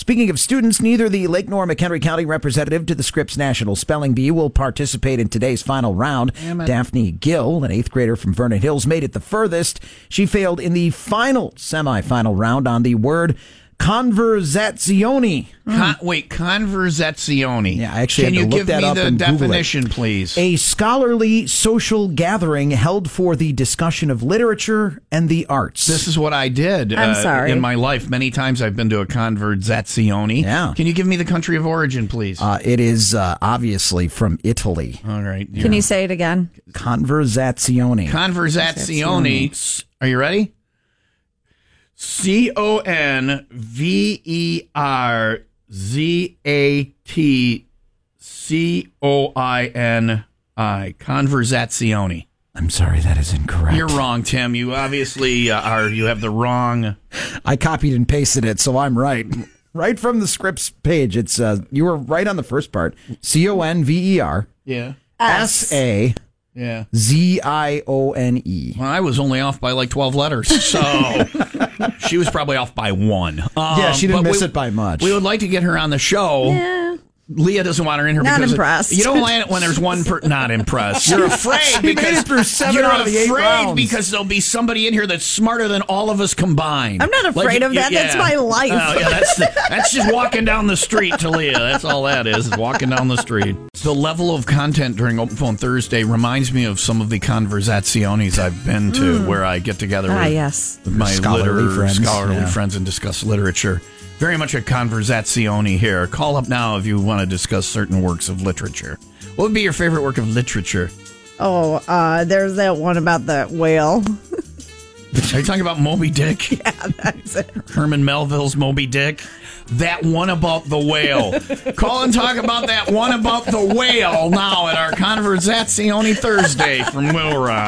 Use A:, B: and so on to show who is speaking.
A: Speaking of students, neither the Lake nor McHenry County representative to the Scripps National Spelling Bee will participate in today's final round. Daphne Gill, an eighth grader from Vernon Hills, made it the furthest. She failed in the final semifinal round on the word conversazione.
B: Con- wait, conversazione.
A: Hmm. Yeah, I actually
B: Can
A: had to
B: you
A: look
B: give
A: that
B: me
A: up
B: the
A: and Google it.
B: definition, please?
A: A scholarly social gathering held for the discussion of literature and the arts.
B: This is what I did. uh,
C: I'm sorry.
B: In my life, many times I've been to a conversazione.
A: Yeah.
B: Can you give me the country of origin, please?
A: uh, it is uh, obviously from Italy.
B: All right.
C: Can you say it again?
A: Conversazione.
B: Conversazione. Are you ready? C O N V E R Z A T C O I N I. Conversazione.
A: I'm sorry, that is incorrect.
B: You're wrong, Tim. You obviously uh, are. You have the wrong.
A: I copied and pasted it, so I'm right. Right from the scripts page. It's uh, you were right on the first part. C O N V E R
B: Yeah.
A: S A
B: Yeah.
A: Z I O N E.
B: Well, I was only off by like 12 letters. So she was probably off by one. Um,
A: Yeah, she didn't
B: but
A: miss
B: we-
A: it by much.
B: We would like to get her on the show. Leah doesn't want her in here
C: Not
B: because
C: impressed.
B: you don't want it when there's one per not impressed. You're afraid
A: made
B: because
A: it through seven
B: you're
A: out of the eight
B: afraid
A: rounds.
B: because there'll be somebody in here that's smarter than all of us combined.
C: I'm not afraid of that. That's my life.
B: Oh, yeah, that's the- that's just walking down the street to Leah. That's all that is. is walking down the street. The level of content during Open Phone Thursday reminds me of some of the conversaziones I've been to, where I get together
C: Mm. Ah,
B: with
C: yes.
B: with my
A: Scholarly
B: liter-
A: friends,
B: scholarly
A: yeah.
B: friends and discuss literature. Very much a conversazione here. Call up now if you want to discuss certain works of literature. What would be your favorite work of literature?
C: Oh, uh, there's that one about the whale.
B: Are you talking about Moby Dick? Yeah, that's
C: it.
B: Herman Melville's Moby Dick. That one about the whale. Call and talk about that one about the whale now at our Conversazione Thursday from Will Rock.